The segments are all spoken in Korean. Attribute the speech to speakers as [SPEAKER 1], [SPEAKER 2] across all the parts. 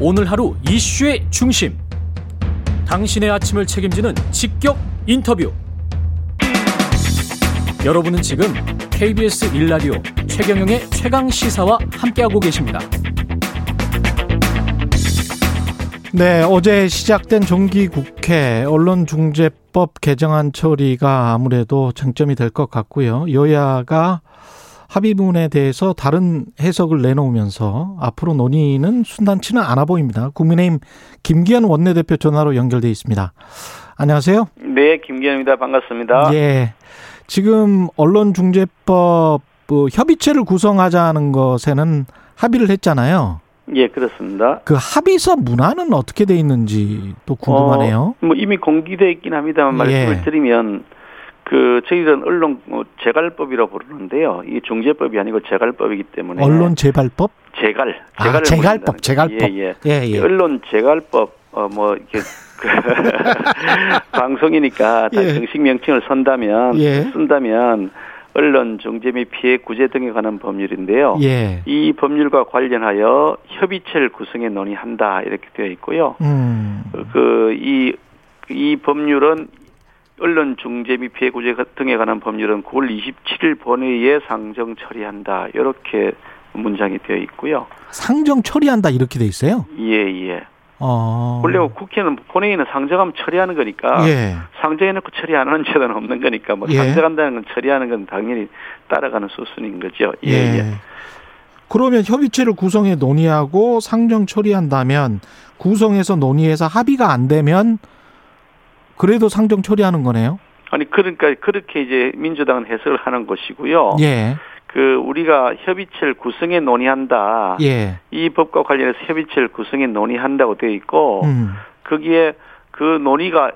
[SPEAKER 1] 오늘 하루 이슈의 중심. 당신의 아침을 책임지는 직격 인터뷰. 여러분은 지금 KBS 1라디오 최경영의 최강 시사와 함께하고 계십니다.
[SPEAKER 2] 네, 어제 시작된 정기국회 언론중재법 개정안 처리가 아무래도 쟁점이 될 것 같고요. 여야가 합의문에 대해서 다른 해석을 내놓으면서 앞으로 논의는 순탄치는 않아 보입니다. 국민의힘 김기현 원내대표 전화로 연결돼 있습니다. 안녕하세요.
[SPEAKER 3] 네, 김기현입니다. 반갑습니다.
[SPEAKER 2] 예. 지금 언론중재법 뭐 협의체를 구성하자는 것에는 합의를 했잖아요.
[SPEAKER 3] 예, 그렇습니다.
[SPEAKER 2] 그 합의서 문화는 어떻게 돼 있는지 또 궁금하네요.
[SPEAKER 3] 어, 뭐 이미 공개돼 있긴 합니다만 말씀을
[SPEAKER 2] 예.
[SPEAKER 3] 드리면 그 저희들은 언론 뭐 재갈법이라고 부르는데요. 이 중재법이 아니고 재갈법이기 때문에
[SPEAKER 2] 언론 재발법?
[SPEAKER 3] 재갈,
[SPEAKER 2] 아,
[SPEAKER 3] 재갈을
[SPEAKER 2] 재갈법,
[SPEAKER 3] 부른다는
[SPEAKER 2] 재갈법.
[SPEAKER 3] 거죠. 예, 예.
[SPEAKER 2] 예, 예.
[SPEAKER 3] 언론 재갈법 어 뭐 이렇게 그 방송이니까 다
[SPEAKER 2] 예.
[SPEAKER 3] 정식 명칭을 선다면
[SPEAKER 2] 예.
[SPEAKER 3] 쓴다면 언론 중재 및 피해 구제 등에 관한 법률인데요.
[SPEAKER 2] 예.
[SPEAKER 3] 이 법률과 관련하여 협의체를 구성해 논의한다 이렇게 되어 있고요.
[SPEAKER 2] 음.
[SPEAKER 3] 그 이 이 법률은 언론 중재 및 피해 구제 등에 관한 법률은 9월 27일 본회의에 상정 처리한다 이렇게 문장이 되어 있고요.
[SPEAKER 2] 상정 처리한다 이렇게 돼 있어요.
[SPEAKER 3] 예예.
[SPEAKER 2] 어.
[SPEAKER 3] 원래 국회는 본회의는 상정하면 처리하는 거니까
[SPEAKER 2] 예.
[SPEAKER 3] 상정해놓고 처리 안 하는 죄는 없는 거니까 뭐
[SPEAKER 2] 예.
[SPEAKER 3] 상정한다는 건 처리하는 건 당연히 따라가는 수순인 거죠.
[SPEAKER 2] 예.
[SPEAKER 3] 예. 예.
[SPEAKER 2] 그러면 협의체를 구성해 논의하고 상정 처리한다면 구성해서 논의해서 합의가 안 되면 그래도 상정 처리하는 거네요.
[SPEAKER 3] 아니 그러니까 그렇게 이제 민주당은 해석을 하는 것이고요.
[SPEAKER 2] 예.
[SPEAKER 3] 그 우리가 협의체를 구성해 논의한다.
[SPEAKER 2] 예.
[SPEAKER 3] 이 법과 관련해서 협의체를 구성해 논의한다고 되어 있고
[SPEAKER 2] 음.
[SPEAKER 3] 거기에 그 논의가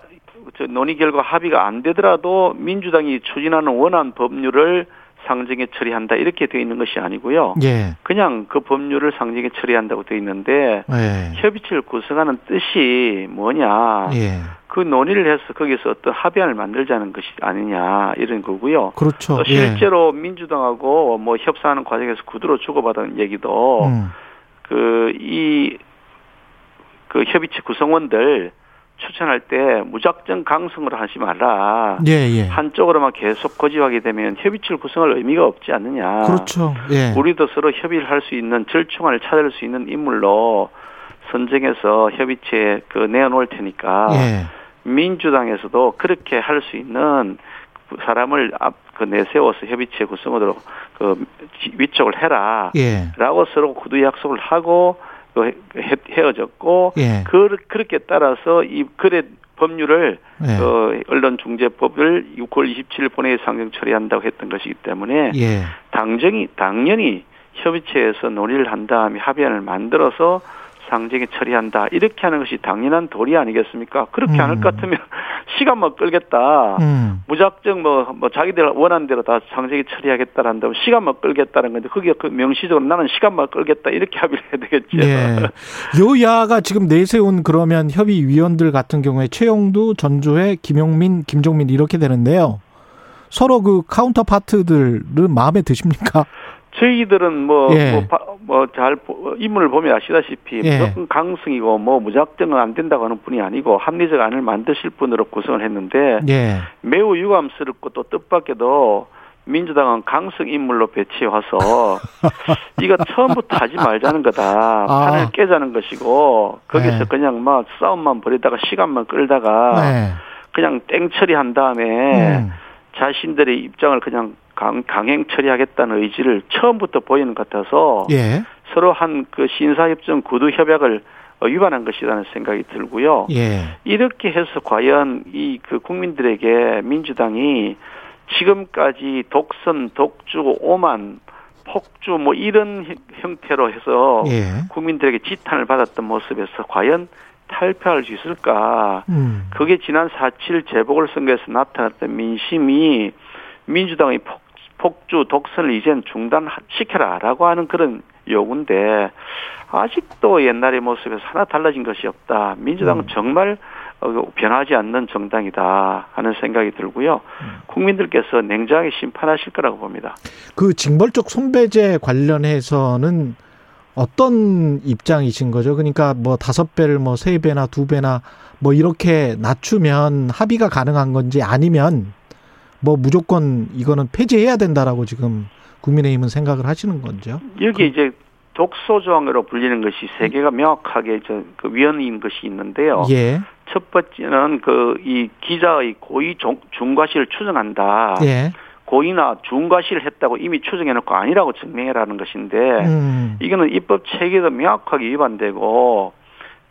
[SPEAKER 3] 저 논의 결과 합의가 안 되더라도 민주당이 추진하는 원안 법률을 상정에 처리한다 이렇게 되어 있는 것이 아니고요.
[SPEAKER 2] 예.
[SPEAKER 3] 그냥 그 법률을 상정에 처리한다고 되어 있는데
[SPEAKER 2] 예.
[SPEAKER 3] 협의체를 구성하는 뜻이 뭐냐?
[SPEAKER 2] 예.
[SPEAKER 3] 그 논의를 해서 거기서 어떤 합의안을 만들자는 것이 아니냐 이런 거고요.
[SPEAKER 2] 그렇죠.
[SPEAKER 3] 또 실제로 민주당하고 뭐 협상하는 과정에서 구두로 주고받은
[SPEAKER 2] 예.
[SPEAKER 3] 얘기도
[SPEAKER 2] 음.
[SPEAKER 3] 그 이 그 협의체 구성원들 추천할 때 무작정 강성으로 하지 말라.
[SPEAKER 2] 예, 예.
[SPEAKER 3] 한쪽으로만 계속 고집하게 되면 협의체를 구성할 의미가 없지 않느냐.
[SPEAKER 2] 그렇죠. 예.
[SPEAKER 3] 우리도 서로 협의를 할 수 있는 절충안을 찾을 수 있는 인물로 선정해서 협의체에 그 내어놓을 테니까
[SPEAKER 2] 예.
[SPEAKER 3] 민주당에서도 그렇게 할 수 있는 사람을 앞그 내세워서 협의체 구성으로 그 지- 위촉을 해라.
[SPEAKER 2] 예.
[SPEAKER 3] 라고 서로 구두 약속을 하고 또 헤- 헤- 헤어졌고
[SPEAKER 2] 예.
[SPEAKER 3] 그, 그렇게 따라서 이 글의 법률을
[SPEAKER 2] 예.
[SPEAKER 3] 어, 언론중재법을 6월 27일 본회의 상정 처리한다고 했던 것이기 때문에
[SPEAKER 2] 예.
[SPEAKER 3] 당정이 당연히 협의체에서 논의를 한 다음에 합의안을 만들어서 상정에 처리한다 이렇게 하는 것이 당연한 도리 아니겠습니까? 그렇게 안 할
[SPEAKER 2] 음.
[SPEAKER 3] 것 같으면 시간만 끌겠다.
[SPEAKER 2] 음.
[SPEAKER 3] 무작정 뭐, 뭐 자기들 원하는 대로 다 상정이 처리하겠다는 다면 시간만 끌겠다는 건데 그게 그 명시적으로 나는 시간만 끌겠다 이렇게 합의를 해야 되겠죠.
[SPEAKER 2] 예. 여야가 지금 내세운 그러면 협의위원들 같은 경우에 최영두, 전주회, 김용민, 김종민 이렇게 되는데요. 서로 그 카운터파트들은 마음에 드십니까?
[SPEAKER 3] 저희들은 뭐
[SPEAKER 2] 예.
[SPEAKER 3] 뭐잘 인물을 보면 아시다시피
[SPEAKER 2] 예.
[SPEAKER 3] 무조건 강승이고 뭐 무작정은 안 된다고 하는 분이 아니고 합리적 안을 만드실 분으로 구성을 했는데
[SPEAKER 2] 예.
[SPEAKER 3] 매우 유감스럽고 또 뜻밖에도 민주당은 강성 인물로 배치해 와서 이거 처음부터 하지 말자는 거다.
[SPEAKER 2] 아.
[SPEAKER 3] 판을 깨자는 것이고 거기서
[SPEAKER 2] 네.
[SPEAKER 3] 그냥 막 싸움만 벌이다가 시간만 끌다가
[SPEAKER 2] 네.
[SPEAKER 3] 그냥 땡 처리한 다음에
[SPEAKER 2] 음.
[SPEAKER 3] 자신들의 입장을 그냥 강, 강행 처리하겠다는 의지를 처음부터 보이는 것 같아서
[SPEAKER 2] 예.
[SPEAKER 3] 서로 한 그 신사협정 구두 협약을 어, 위반한 것이라는 생각이 들고요.
[SPEAKER 2] 예.
[SPEAKER 3] 이렇게 해서 과연 이 그 국민들에게 민주당이 지금까지 독선, 독주, 오만, 폭주 뭐 이런 형- 형태로 해서
[SPEAKER 2] 예.
[SPEAKER 3] 국민들에게 지탄을 받았던 모습에서 과연 탈피할 수 있을까?
[SPEAKER 2] 음.
[SPEAKER 3] 그게 지난 4.7 재보궐선거에서 나타났던 민심이 민주당의 폭, 폭주, 독선을 이젠 중단시켜라라고 하는 그런 요구인데 아직도 옛날의 모습에서 하나 달라진 것이 없다. 민주당은 정말 어, 변하지 않는 정당이다 하는 생각이 들고요. 국민들께서 냉정하게 심판하실 거라고 봅니다.
[SPEAKER 2] 그 징벌적 손배제 관련해서는 어떤 입장이신 거죠? 그러니까 뭐 다섯 배를 뭐 세 배나 두 배나 뭐 이렇게 낮추면 합의가 가능한 건지 아니면 뭐 무조건 이거는 폐지해야 된다라고 지금 국민의힘은 생각을 하시는 건지요?
[SPEAKER 3] 여기 이제 독소 조항으로 불리는 것이 세 개가 명확하게 저그 위헌인 것이 있는데요.
[SPEAKER 2] 예,
[SPEAKER 3] 첫 번째는 그 이 기자의 고의 종- 중과실을 추정한다.
[SPEAKER 2] 예,
[SPEAKER 3] 고의나 중과실을 했다고 이미 추정해놓고 아니라고 증명해라는 것인데
[SPEAKER 2] 음,
[SPEAKER 3] 이거는 입법 체계도 명확하게 위반되고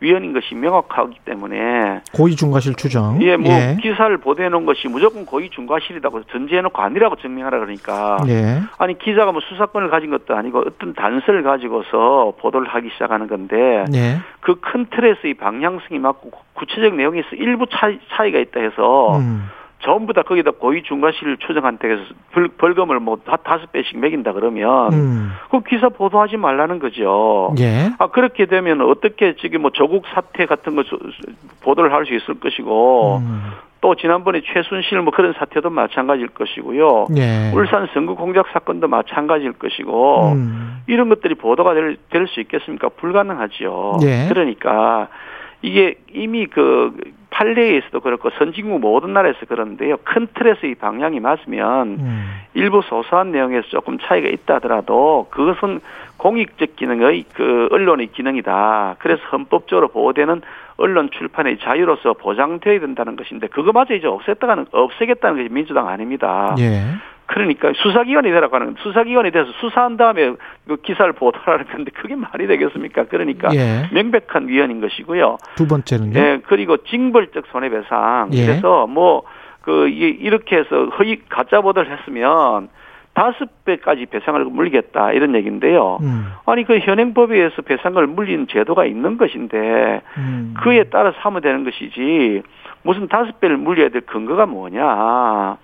[SPEAKER 3] 위헌인 것이 명확하기 때문에
[SPEAKER 2] 고의 중과실 추정.
[SPEAKER 3] 예, 뭐 기사를 보도해놓은 것이 무조건 고의 중과실이라고 전제해놓고 아니라고 증명하라 그러니까
[SPEAKER 2] 예,
[SPEAKER 3] 아니 기자가 뭐 수사권을 가진 것도 아니고 어떤 단서를 가지고서 보도를 하기 시작하는 건데
[SPEAKER 2] 예,
[SPEAKER 3] 그 큰 틀에서의 방향성이 맞고 구체적 내용에서 일부 차이, 차이가 있다 해서
[SPEAKER 2] 음,
[SPEAKER 3] 전부 다 거기다 고의 중과실을 추정한다고 해서 벌, 벌금을 뭐 다, 다섯 배씩 매긴다 그러면
[SPEAKER 2] 음,
[SPEAKER 3] 그 기사 보도하지 말라는 거죠.
[SPEAKER 2] 예,
[SPEAKER 3] 아 그렇게 되면 어떻게 지금 뭐 조국 사태 같은 거 조- 보도를 할 수 있을 것이고
[SPEAKER 2] 음,
[SPEAKER 3] 또 지난번에 최순실 뭐 그런 사태도 마찬가지일 것이고요.
[SPEAKER 2] 예,
[SPEAKER 3] 울산 선거 공작 사건도 마찬가지일 것이고
[SPEAKER 2] 음,
[SPEAKER 3] 이런 것들이 보도가 될 수 있겠습니까? 불가능하지요.
[SPEAKER 2] 예.
[SPEAKER 3] 그러니까 이게 이미 그 판례에서도 그렇고 선진국 모든 나라에서 그런데요. 큰 틀에서 이 방향이 맞으면
[SPEAKER 2] 음.
[SPEAKER 3] 일부 소소한 내용에서 조금 차이가 있다 하더라도 그것은 공익적 기능의 그 언론의 기능이다. 그래서 헌법적으로 보호되는 언론 출판의 자유로서 보장되어야 된다는 것인데 그거마저 이제 없앴다가는 없애겠다는 것이 민주당 아닙니다.
[SPEAKER 2] 예.
[SPEAKER 3] 그러니까 수사기관이 되라고 하는 수사기관이 돼서 수사한 다음에 그 기사를 보도하라는 건데 그게 말이 되겠습니까? 그러니까
[SPEAKER 2] 예.
[SPEAKER 3] 명백한 위헌인 것이고요.
[SPEAKER 2] 두 번째는요.
[SPEAKER 3] 예, 그리고 징벌적 손해배상.
[SPEAKER 2] 예.
[SPEAKER 3] 그래서 뭐 그 이렇게 해서 허위 가짜 보도를 했으면 다섯 배까지 배상을 물리겠다 이런 얘기인데요.
[SPEAKER 2] 음,
[SPEAKER 3] 아니 그 현행법에 의해서 배상을 물리는 제도가 있는 것인데
[SPEAKER 2] 음.
[SPEAKER 3] 그에 따라서 하면 되는 것이지 무슨 다섯 배를 물려야 될 근거가 뭐냐.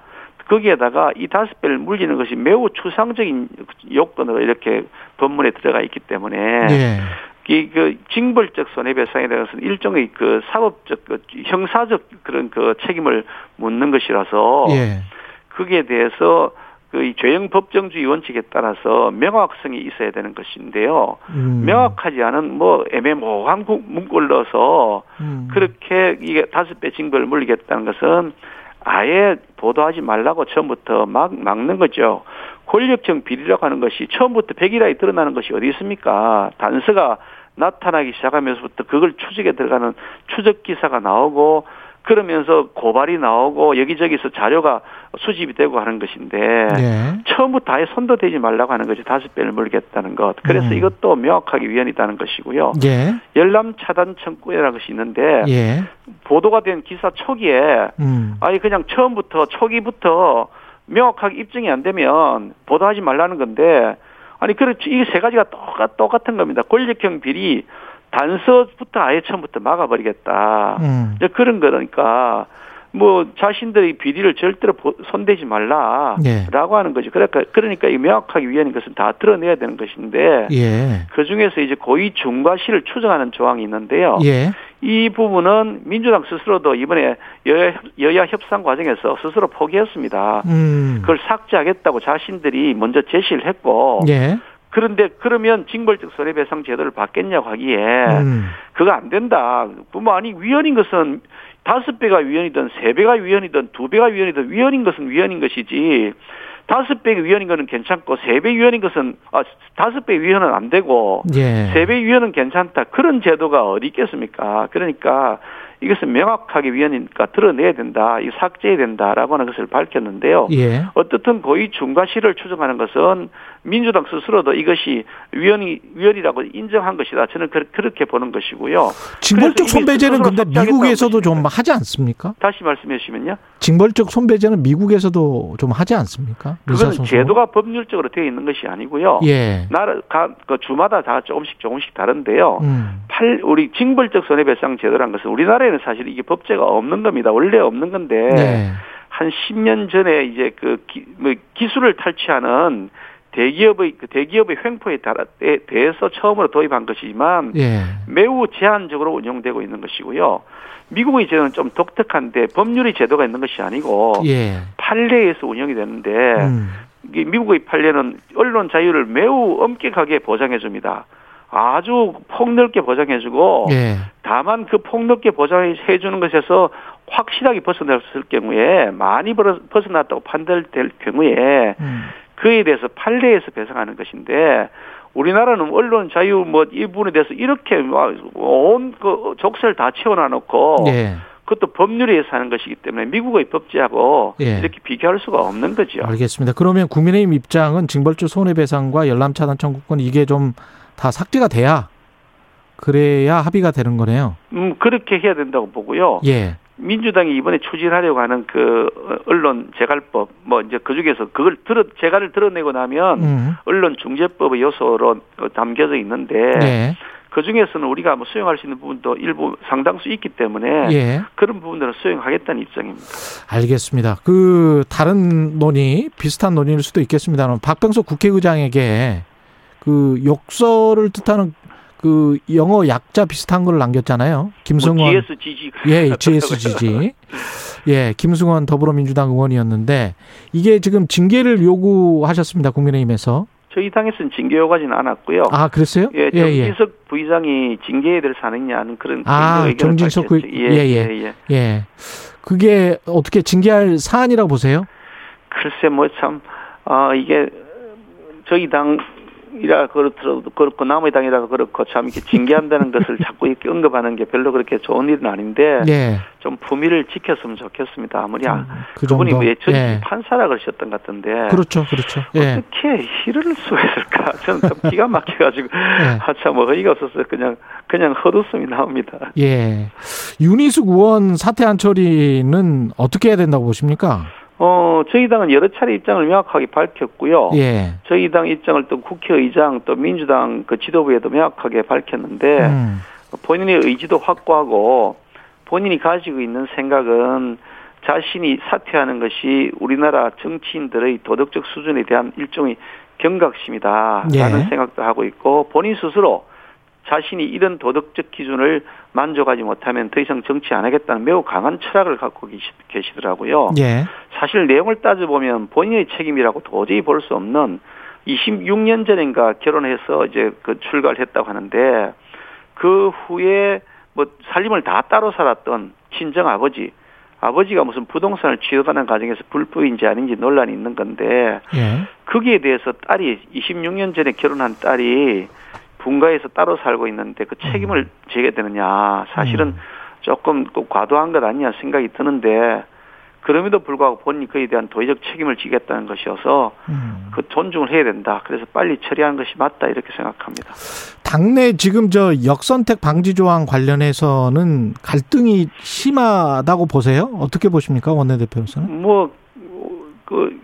[SPEAKER 3] 거기에다가 이 다섯 배를 물리는 것이 매우 추상적인 요건으로 이렇게 법문에 들어가 있기 때문에
[SPEAKER 2] 예.
[SPEAKER 3] 이 그 징벌적 손해배상에 대해서는 일종의 그 사법적 그 형사적 그런 그 책임을 묻는 것이라서
[SPEAKER 2] 예.
[SPEAKER 3] 거기에 대해서 그이 죄형 법정주의 원칙에 따라서 명확성이 있어야 되는 것인데요.
[SPEAKER 2] 음.
[SPEAKER 3] 명확하지 않은 뭐 애매모호한 구- 문구를 넣어서
[SPEAKER 2] 음.
[SPEAKER 3] 그렇게 이게 다섯 배 징벌을 물리겠다는 것은 아예 보도하지 말라고 처음부터 막 막는 거죠. 권력형 비리라고 하는 것이 처음부터 백일하에 드러나는 것이 어디 있습니까? 단서가 나타나기 시작하면서부터 그걸 추적에 들어가는 추적 기사가 나오고 그러면서 고발이 나오고 여기저기서 자료가 수집이 되고 하는 것인데
[SPEAKER 2] 예.
[SPEAKER 3] 처음부터 아예 손도 대지 말라고 하는 것이 다섯 배를 물겠다는 것. 그래서
[SPEAKER 2] 음.
[SPEAKER 3] 이것도 명확하게 위헌이다는 것이고요.
[SPEAKER 2] 예.
[SPEAKER 3] 어. 열람 차단 청구회라는 것이 있는데
[SPEAKER 2] 예.
[SPEAKER 3] 보도가 된 기사 초기에
[SPEAKER 2] 음.
[SPEAKER 3] 아니 그냥 처음부터 초기부터 명확하게 입증이 안 되면 보도하지 말라는 건데 아니 그렇지 이 세 가지가 똑같 똑같은 겁니다. 권력형 비리 단서부터 아예 처음부터 막아버리겠다.
[SPEAKER 2] 음.
[SPEAKER 3] 이제 그런 거니까 뭐 자신들의 비리를 절대로 보- 손대지 말라라고
[SPEAKER 2] 예.
[SPEAKER 3] 하는 거죠. 그러니까 그러니까 이 명확하게 위헌인 것은 다 드러내야 되는 것인데
[SPEAKER 2] 예.
[SPEAKER 3] 그 중에서 이제 고의 중과실을 추정하는 조항이 있는데요.
[SPEAKER 2] 예.
[SPEAKER 3] 이 부분은 민주당 스스로도 이번에 여야, 여야 협상 과정에서 스스로 포기했습니다.
[SPEAKER 2] 음.
[SPEAKER 3] 그걸 삭제하겠다고 자신들이 먼저 제시를 했고
[SPEAKER 2] 예.
[SPEAKER 3] 그런데 그러면 징벌적 손해배상 제도를 받겠냐고 하기에
[SPEAKER 2] 음.
[SPEAKER 3] 그거 안 된다. 뿐만 아니 위헌인 것은 다섯 배가 위헌이든 세 배가 위헌이든 두 배가 위헌이든 위헌인 것은 위헌인 것이지 다섯 배 위헌인 것은 괜찮고 세 배 위헌인 것은 아 다섯 배 위헌은 안 되고
[SPEAKER 2] 예.
[SPEAKER 3] 세배 위헌은 괜찮다. 그런 제도가 어디 있겠습니까? 그러니까 이것은 명확하게 위헌이니까 드러내야 된다. 이 삭제해야 된다라고 하는 것을 밝혔는데요.
[SPEAKER 2] 예.
[SPEAKER 3] 어떻든 고의 중과실을 추정하는 것은 민주당 스스로도 이것이 위헌이 위헌이라고 인정한 것이다. 저는 그, 그렇게 보는 것이고요.
[SPEAKER 2] 징벌적
[SPEAKER 3] 그래서 이미
[SPEAKER 2] 손배제는
[SPEAKER 3] 스스로
[SPEAKER 2] 근데
[SPEAKER 3] 삭제하겠다는
[SPEAKER 2] 미국에서도
[SPEAKER 3] 것이니까.
[SPEAKER 2] 좀 하지 않습니까?
[SPEAKER 3] 다시 말씀해 주시면요.
[SPEAKER 2] 징벌적 손배제는 미국에서도 좀 하지 않습니까?
[SPEAKER 3] 그건
[SPEAKER 2] 민사소송.
[SPEAKER 3] 제도가 뭐 법률적으로 되어 있는 것이 아니고요.
[SPEAKER 2] 예.
[SPEAKER 3] 나라 가- 그 주마다 다 조금씩 조금씩 다른데요.
[SPEAKER 2] 음.
[SPEAKER 3] 팔 우리 징벌적 손해배상 제도란 것은 우리나라에는 사실 이게 법제가 없는 겁니다. 원래 없는 건데
[SPEAKER 2] 네.
[SPEAKER 3] 한 10년 전에 이제 그 기, 뭐 기술을 탈취하는 대기업의 그 대기업의 횡포에 따라 에 대해서 처음으로 도입한 것이지만
[SPEAKER 2] 예.
[SPEAKER 3] 매우 제한적으로 운영되고 있는 것이고요. 미국의 제도는 좀 독특한데 법률의 제도가 있는 것이 아니고
[SPEAKER 2] 예.
[SPEAKER 3] 판례에서 운영이 되는데
[SPEAKER 2] 음.
[SPEAKER 3] 이게 미국의 판례는 언론 자유를 매우 엄격하게 보장해 줍니다. 아주 폭넓게 보장해주고
[SPEAKER 2] 예.
[SPEAKER 3] 다만 그 폭넓게 보장해주는 것에서 확실하게 벗어났을 경우에 많이 벌어- 벗어났다고 판단될 경우에
[SPEAKER 2] 음.
[SPEAKER 3] 그에 대해서 판례에서 배상하는 것인데 우리나라는 언론 자유 뭐 이 부분에 대해서 이렇게 온그 족쇄를 다 채워놔 놓고
[SPEAKER 2] 예.
[SPEAKER 3] 그것도 법률에 의해서 하는 것이기 때문에 미국의 법제하고
[SPEAKER 2] 예.
[SPEAKER 3] 이렇게 비교할 수가 없는 거죠.
[SPEAKER 2] 알겠습니다. 그러면 국민의힘 입장은 징벌주 손해배상과 열람차단 청구권 이게 좀 다 삭제가 돼야 그래야 합의가 되는 거네요.
[SPEAKER 3] 음 그렇게 해야 된다고 보고요.
[SPEAKER 2] 예.
[SPEAKER 3] 민주당이 이번에 추진하려고 하는 그 언론 재갈법 뭐 이제 그 중에서 그걸 들어 재갈을 드러내고 나면
[SPEAKER 2] 음.
[SPEAKER 3] 언론 중재법의 요소로 어, 담겨져 있는데
[SPEAKER 2] 예.
[SPEAKER 3] 그 중에서는 우리가 뭐 수용할 수 있는 부분도 일부 상당수 있기 때문에
[SPEAKER 2] 예.
[SPEAKER 3] 그런 부분들은 수용하겠다는 입장입니다. 뭐
[SPEAKER 2] 알겠습니다. 그 다른 논의 비슷한 논의일 수도 있겠습니다만 박병석 국회의장에게 그 욕설을 뜻하는 그 영어 약자 비슷한 걸 남겼잖아요. 김승원
[SPEAKER 3] 뭐 GS 지지
[SPEAKER 2] 예, GSGG. 예, 김승원 더불어민주당 의원이었는데 이게 지금 징계를 요구하셨습니다. 국민의힘에서.
[SPEAKER 3] 저희 당에서는 징계 요구하지는 않았고요.
[SPEAKER 2] 아, 그랬어요?
[SPEAKER 3] 예, 정진석 부의장이 징계에 대해서 하느냐는 그런
[SPEAKER 2] 아,
[SPEAKER 3] 의견을
[SPEAKER 2] 정진석
[SPEAKER 3] 밝혔죠.
[SPEAKER 2] 부- 예, 예. 예. 그게 어떻게 징계할 사안이라고 보세요?
[SPEAKER 3] 글쎄 뭐 참 아, 이게 저희 당이라 그렇더라도 그렇고 남의 당이라 그렇고 참 이렇게 징계한다는 것을 자꾸 이렇게 언급하는 게 별로 그렇게 좋은 일은 아닌데
[SPEAKER 2] 예.
[SPEAKER 3] 좀 품위를 지켰으면 좋겠습니다. 아무리 아,
[SPEAKER 2] 그 정도.
[SPEAKER 3] 그분이 뭐 예전
[SPEAKER 2] 예.
[SPEAKER 3] 판사라 그러셨던 것 같은데
[SPEAKER 2] 그렇죠. 그렇죠. 예.
[SPEAKER 3] 어떻게 이럴 수가 있을까? 저는 참 기가 막혀가지고
[SPEAKER 2] 예.
[SPEAKER 3] 아참 어이가 없어서 그냥 그냥 헛웃음이 나옵니다.
[SPEAKER 2] 예. 윤희숙 의원 사퇴한 처리는 어떻게 해야 된다고 보십니까?
[SPEAKER 3] 어 저희 당은 여러 차례 입장을 명확하게 밝혔고요.
[SPEAKER 2] 예.
[SPEAKER 3] 저희 당 입장을 또 국회의장 또 민주당 그 지도부에도 명확하게 밝혔는데
[SPEAKER 2] 음.
[SPEAKER 3] 본인의 의지도 확고하고 본인이 가지고 있는 생각은 자신이 사퇴하는 것이 우리나라 정치인들의 도덕적 수준에 대한 일종의 경각심이다라는
[SPEAKER 2] 예.
[SPEAKER 3] 생각도 하고 있고 본인 스스로 자신이 이런 도덕적 기준을 만족하지 못하면 더 이상 정치 안 하겠다는 매우 강한 철학을 갖고 계시, 계시더라고요.
[SPEAKER 2] 예.
[SPEAKER 3] 사실 내용을 따져보면 본인의 책임이라고 도저히 볼 수 없는 26년 전인가 결혼해서 이제 그 출가를 했다고 하는데 그 후에 뭐 살림을 다 따로 살았던 친정 아버지 아버지가 무슨 부동산을 취득하는 과정에서 불법인지 아닌지 논란이 있는 건데
[SPEAKER 2] 예.
[SPEAKER 3] 거기에 대해서 딸이 26년 전에 결혼한 딸이 분가에서 따로 살고 있는데 그 책임을 지게 되느냐 사실은 조금 그 과도한 것 아니냐 생각이 드는데 그럼에도 불구하고 본인이 그에 대한 도의적 책임을 지겠다는 것이어서
[SPEAKER 2] 음.
[SPEAKER 3] 그 존중을 해야 된다 그래서 빨리 처리하는 것이 맞다 이렇게 생각합니다
[SPEAKER 2] 당내 지금 저 역선택 방지 조항 관련해서는 갈등이 심하다고 보세요? 어떻게 보십니까? 원내대표로서는?
[SPEAKER 3] 뭐 그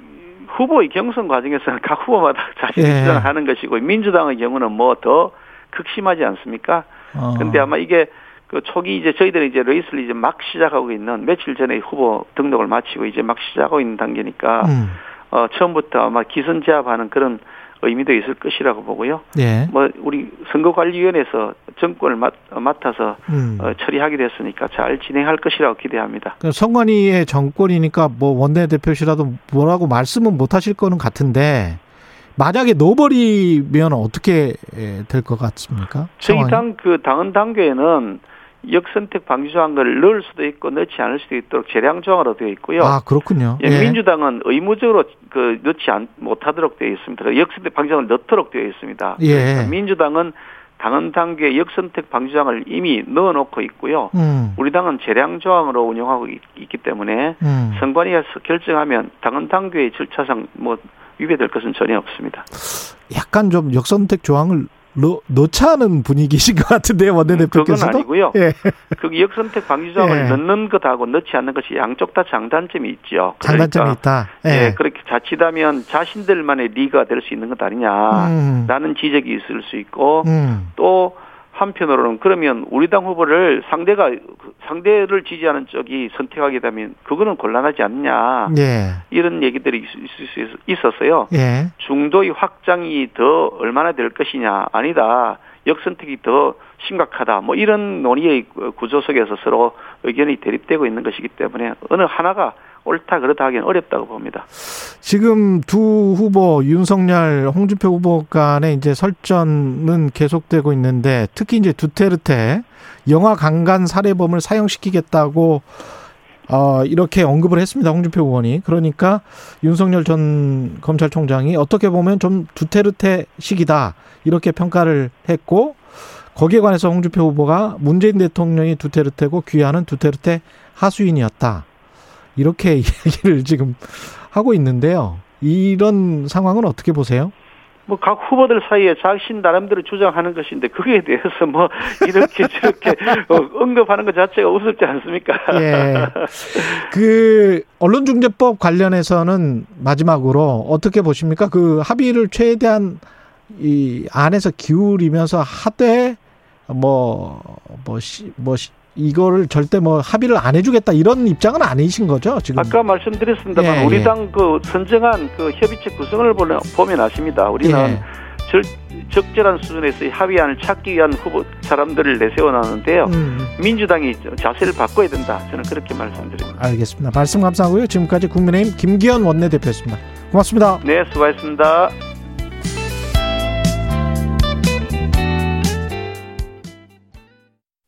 [SPEAKER 3] 후보의 경선 과정에서는 각 후보마다 자신의
[SPEAKER 2] 예.
[SPEAKER 3] 주장을 하는 것이고 민주당의 경우는 뭐 더 극심하지 않습니까
[SPEAKER 2] 어.
[SPEAKER 3] 근데 아마 이게 그 초기 이제 저희들이 이제 레이스를 이제 막 시작하고 있는 며칠 전에 후보 등록을 마치고 이제 막 시작하고 있는 단계니까
[SPEAKER 2] 음.
[SPEAKER 3] 어 처음부터 아마 기선제압하는 그런 의미도 있을 것이라고 보고요.
[SPEAKER 2] 예.
[SPEAKER 3] 뭐 우리 선거관리위원회에서 정권을 맡, 어, 맡아서
[SPEAKER 2] 음.
[SPEAKER 3] 어, 처리하기로 했으니까 잘 진행할 것이라고 기대합니다.
[SPEAKER 2] 그 선관위의 정권이니까 뭐 원내대표시라도 뭐라고 말씀은 못 하실 거는 같은데 만약에 넣어버리면 어떻게 예, 될 것 같습니까?
[SPEAKER 3] 저희
[SPEAKER 2] 상황이?
[SPEAKER 3] 당 그 당헌 당규에는 역선택 방지 조항을 넣을 수도 있고 넣지 않을 수도 있도록 재량 조항으로 되어 있고요.
[SPEAKER 2] 아 그렇군요.
[SPEAKER 3] 예, 민주당은 의무적으로 그 넣지 않, 못하도록 되어 있습니다. 역선택 방지장을 넣도록 되어 있습니다. 그러니까
[SPEAKER 2] 예.
[SPEAKER 3] 민주당은 당헌 당규에 역선택 방지장을 이미 넣어놓고 있고요.
[SPEAKER 2] 음.
[SPEAKER 3] 우리 당은 재량 조항으로 운영하고 있, 기 때문에
[SPEAKER 2] 음.
[SPEAKER 3] 선관위에서 결정하면 당헌 당규의 절차상 뭐 위배될 것은 전혀 없습니다.
[SPEAKER 2] 약간 좀 역선택 조항을 넣, 넣자 하는 분위기신 것 같은데 요
[SPEAKER 3] 음, 그건
[SPEAKER 2] 원내대표께서도.
[SPEAKER 3] 아니고요.
[SPEAKER 2] 예.
[SPEAKER 3] 그 역선택 방지장을
[SPEAKER 2] 예.
[SPEAKER 3] 넣는 것하고 넣지 않는 것이 양쪽 다 장단점이 있죠.
[SPEAKER 2] 장단점이
[SPEAKER 3] 그러니까
[SPEAKER 2] 있다. 예.
[SPEAKER 3] 예, 그렇게 자칫하면 자신들만의 리가 될 수 있는 것 아니냐.
[SPEAKER 2] 음.
[SPEAKER 3] 라는 지적이 있을 수 있고
[SPEAKER 2] 음.
[SPEAKER 3] 또 한편으로는 그러면 우리 당 후보를 상대가 상대를 지지하는 쪽이 선택하게 되면 그거는 곤란하지 않냐
[SPEAKER 2] 예.
[SPEAKER 3] 이런 얘기들이 있- 있을 수 있- 있어서요
[SPEAKER 2] 예.
[SPEAKER 3] 중도의 확장이 더 얼마나 될 것이냐 아니다 역선택이 더 심각하다 뭐 이런 논의의 구조 속에서 서로 의견이 대립되고 있는 것이기 때문에 어느 하나가 옳다 그러다 하기는 어렵다고 봅니다.
[SPEAKER 2] 지금 두 후보 윤석열, 홍준표 후보 간의 이제 설전은 계속되고 있는데 특히 이제 두테르테 영화 강간 살해범을 사형시키겠다고 어, 이렇게 언급을 했습니다. 홍준표 의원이. 그러니까 윤석열 전 검찰총장이 어떻게 보면 좀 두테르테식이다. 이렇게 평가를 했고 거기에 관해서 홍준표 후보가 문재인 대통령이 두테르테고 귀하는 두테르테 하수인이었다. 이렇게 얘기를 지금 하고 있는데요. 이런 상황은 어떻게 보세요?
[SPEAKER 3] 뭐 각 후보들 사이에 자신 나름대로 주장하는 것인데 그에 대해서 뭐 이렇게 저렇게 어, 언급하는 것 자체가 우습지 않습니까?
[SPEAKER 2] 예. 그 언론중재법 관련해서는 마지막으로 어떻게 보십니까? 그 합의를 최대한 이 안에서 기울이면서 하되 뭐, 뭐뭐시 뭐 시, 이거를 절대 뭐 합의를 안 해주겠다 이런 입장은 아니신 거죠 지금?
[SPEAKER 3] 아까 말씀드렸습니다만 예, 우리 예. 당그 선정한 그 협의체 구성을 보면 아십니다. 우리는 예. 절, 적절한 수준에서의 합의안을 찾기 위한 후보 사람들을 내세워놨는데요. 음. 민주당이 자세를 바꿔야 된다. 저는 그렇게 말씀드립니다.
[SPEAKER 2] 알겠습니다. 말씀 감사하고요. 지금까지 국민의힘 김기현 원내대표였습니다. 고맙습니다.
[SPEAKER 3] 네, 수고하셨습니다.